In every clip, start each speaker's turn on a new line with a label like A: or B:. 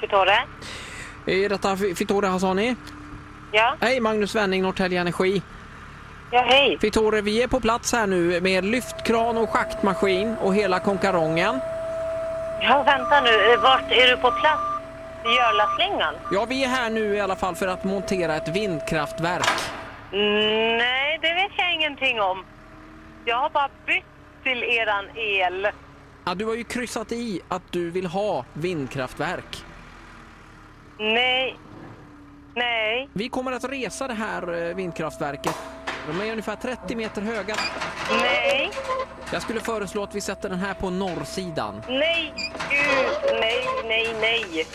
A: Fittore.
B: Eh, Detta F- Fittore Hassani.
A: Ja.
B: Hej, Magnus Wenning, Norrtälje Energi.
A: ja, hej.
B: Fittore, vi är på plats här nu med lyftkran och schaktmaskin och hela konkarongen.
A: Ja, vänta nu. Eh, Vart är du på plats? I Görlaslingan?
B: Ja, vi är här nu i alla fall för att montera ett vindkraftverk.
A: Mm, Nej, det vet jag ingenting om. Jag har bara bytt till eran el.
B: Ja, du har ju kryssat i att du vill ha vindkraftverk.
A: Nej. Nej.
B: Vi kommer att resa det här eh, vindkraftverket. De är ungefär 30 meter höga.
A: Nej.
B: Jag skulle föreslå att vi sätter den här på norrsidan.
A: Nej, gud. Nej, nej, nej.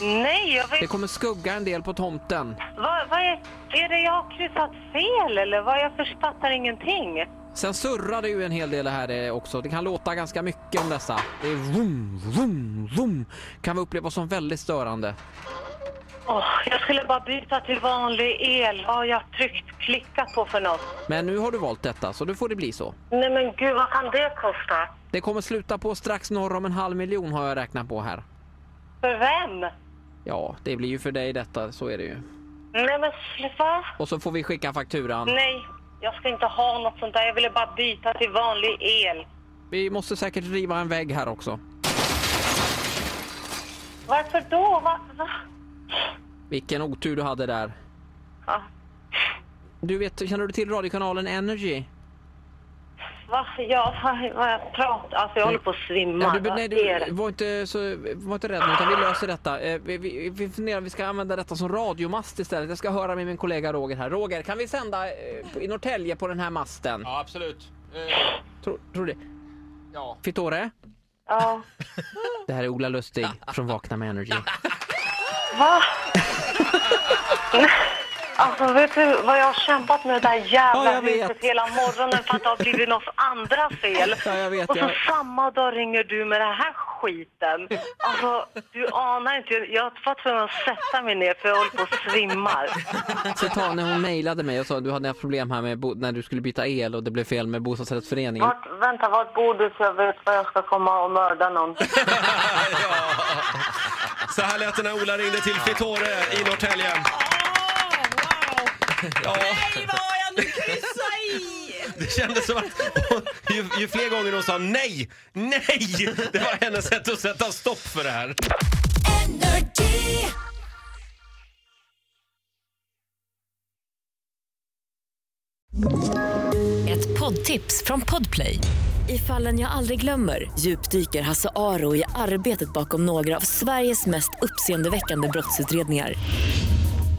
A: Nej, jag
B: Det
A: vet
B: kommer skugga en del på tomten.
A: Vad, vad är, är det jag har kryssat fel eller vad? Jag författar ingenting.
B: Sen surrar det ju en hel del här eh, också. Det kan låta ganska mycket om dessa. Det är vroom, vroom, vroom. Kan vi uppleva som väldigt störande.
A: Åh, jag skulle bara byta till vanlig el. Vad har jag tryckt klicka på för något?
B: Men nu har du valt detta, så nu får det bli så.
A: Nej men gud, vad kan det kosta?
B: Det kommer sluta på strax norr om en halv miljon har jag räknat på här.
A: För vem?
B: Ja, det blir ju för dig detta, så är det ju.
A: Nej men sluta.
B: Och så får vi skicka fakturan.
A: Nej, jag ska inte ha något sånt där. Jag ville bara byta till vanlig el.
B: Vi måste säkert riva en vägg här också.
A: Varför då? Va? va?
B: Vilken otur du hade där.
A: Ja.
B: Du vet, känner du till radiokanalen Energy?
A: Va? Ja, vad vad jag pratar... Alltså jag håller på att svimma.
B: du,
A: Vad
B: nej,
A: är det?
B: du var inte, så, var inte rädd nu, utan vi löser detta. Eh, Vi, vi, vi funderar om vi ska använda detta som radiomast istället. Jag ska höra med min kollega Roger här. Roger, kan vi sända eh, i Norrtälje på den här masten?
C: Ja, absolut. Eh,
B: Tror, tror du det?
C: ja.
B: Fittore?
A: Ja.
B: Det här är Ola Lustig från Vakna med Energy.
A: Va? Alltså vet du vad jag har kämpat med det där jävla
B: Ja, jag vet.
A: huset hela morgonen för att det har blivit någons andra fel.
B: Ja, jag vet,
A: Och så
B: jag-
A: samma dag ringer du med den här skiten. Alltså du anar inte, jag var tvungen att sätta mig ner för jag håller på och svimmar.
B: Så ta när hon mejlade mig och sa att du hade haft problem här med bo- när du skulle byta el och det blev fel med bostadsrättsföreningen.
A: Vart, vänta, vart bor du så jag vet var jag ska komma och mörda någon?
D: ja. Så här lät det när Ola ringde till Fittore i Norrtälje.
E: wow!
D: Ja,
E: Nej, vad har jag nu kryssat i?
D: det kändes som att ju, ju fler gånger hon sa nej, nej, det var hennes sätt att sätta stopp för det här.
F: Energy.
G: Ett poddtips från Podplay. I fallen jag aldrig glömmer djupdyker Hasse Aro i arbetet bakom några av Sveriges mest uppseendeväckande brottsutredningar.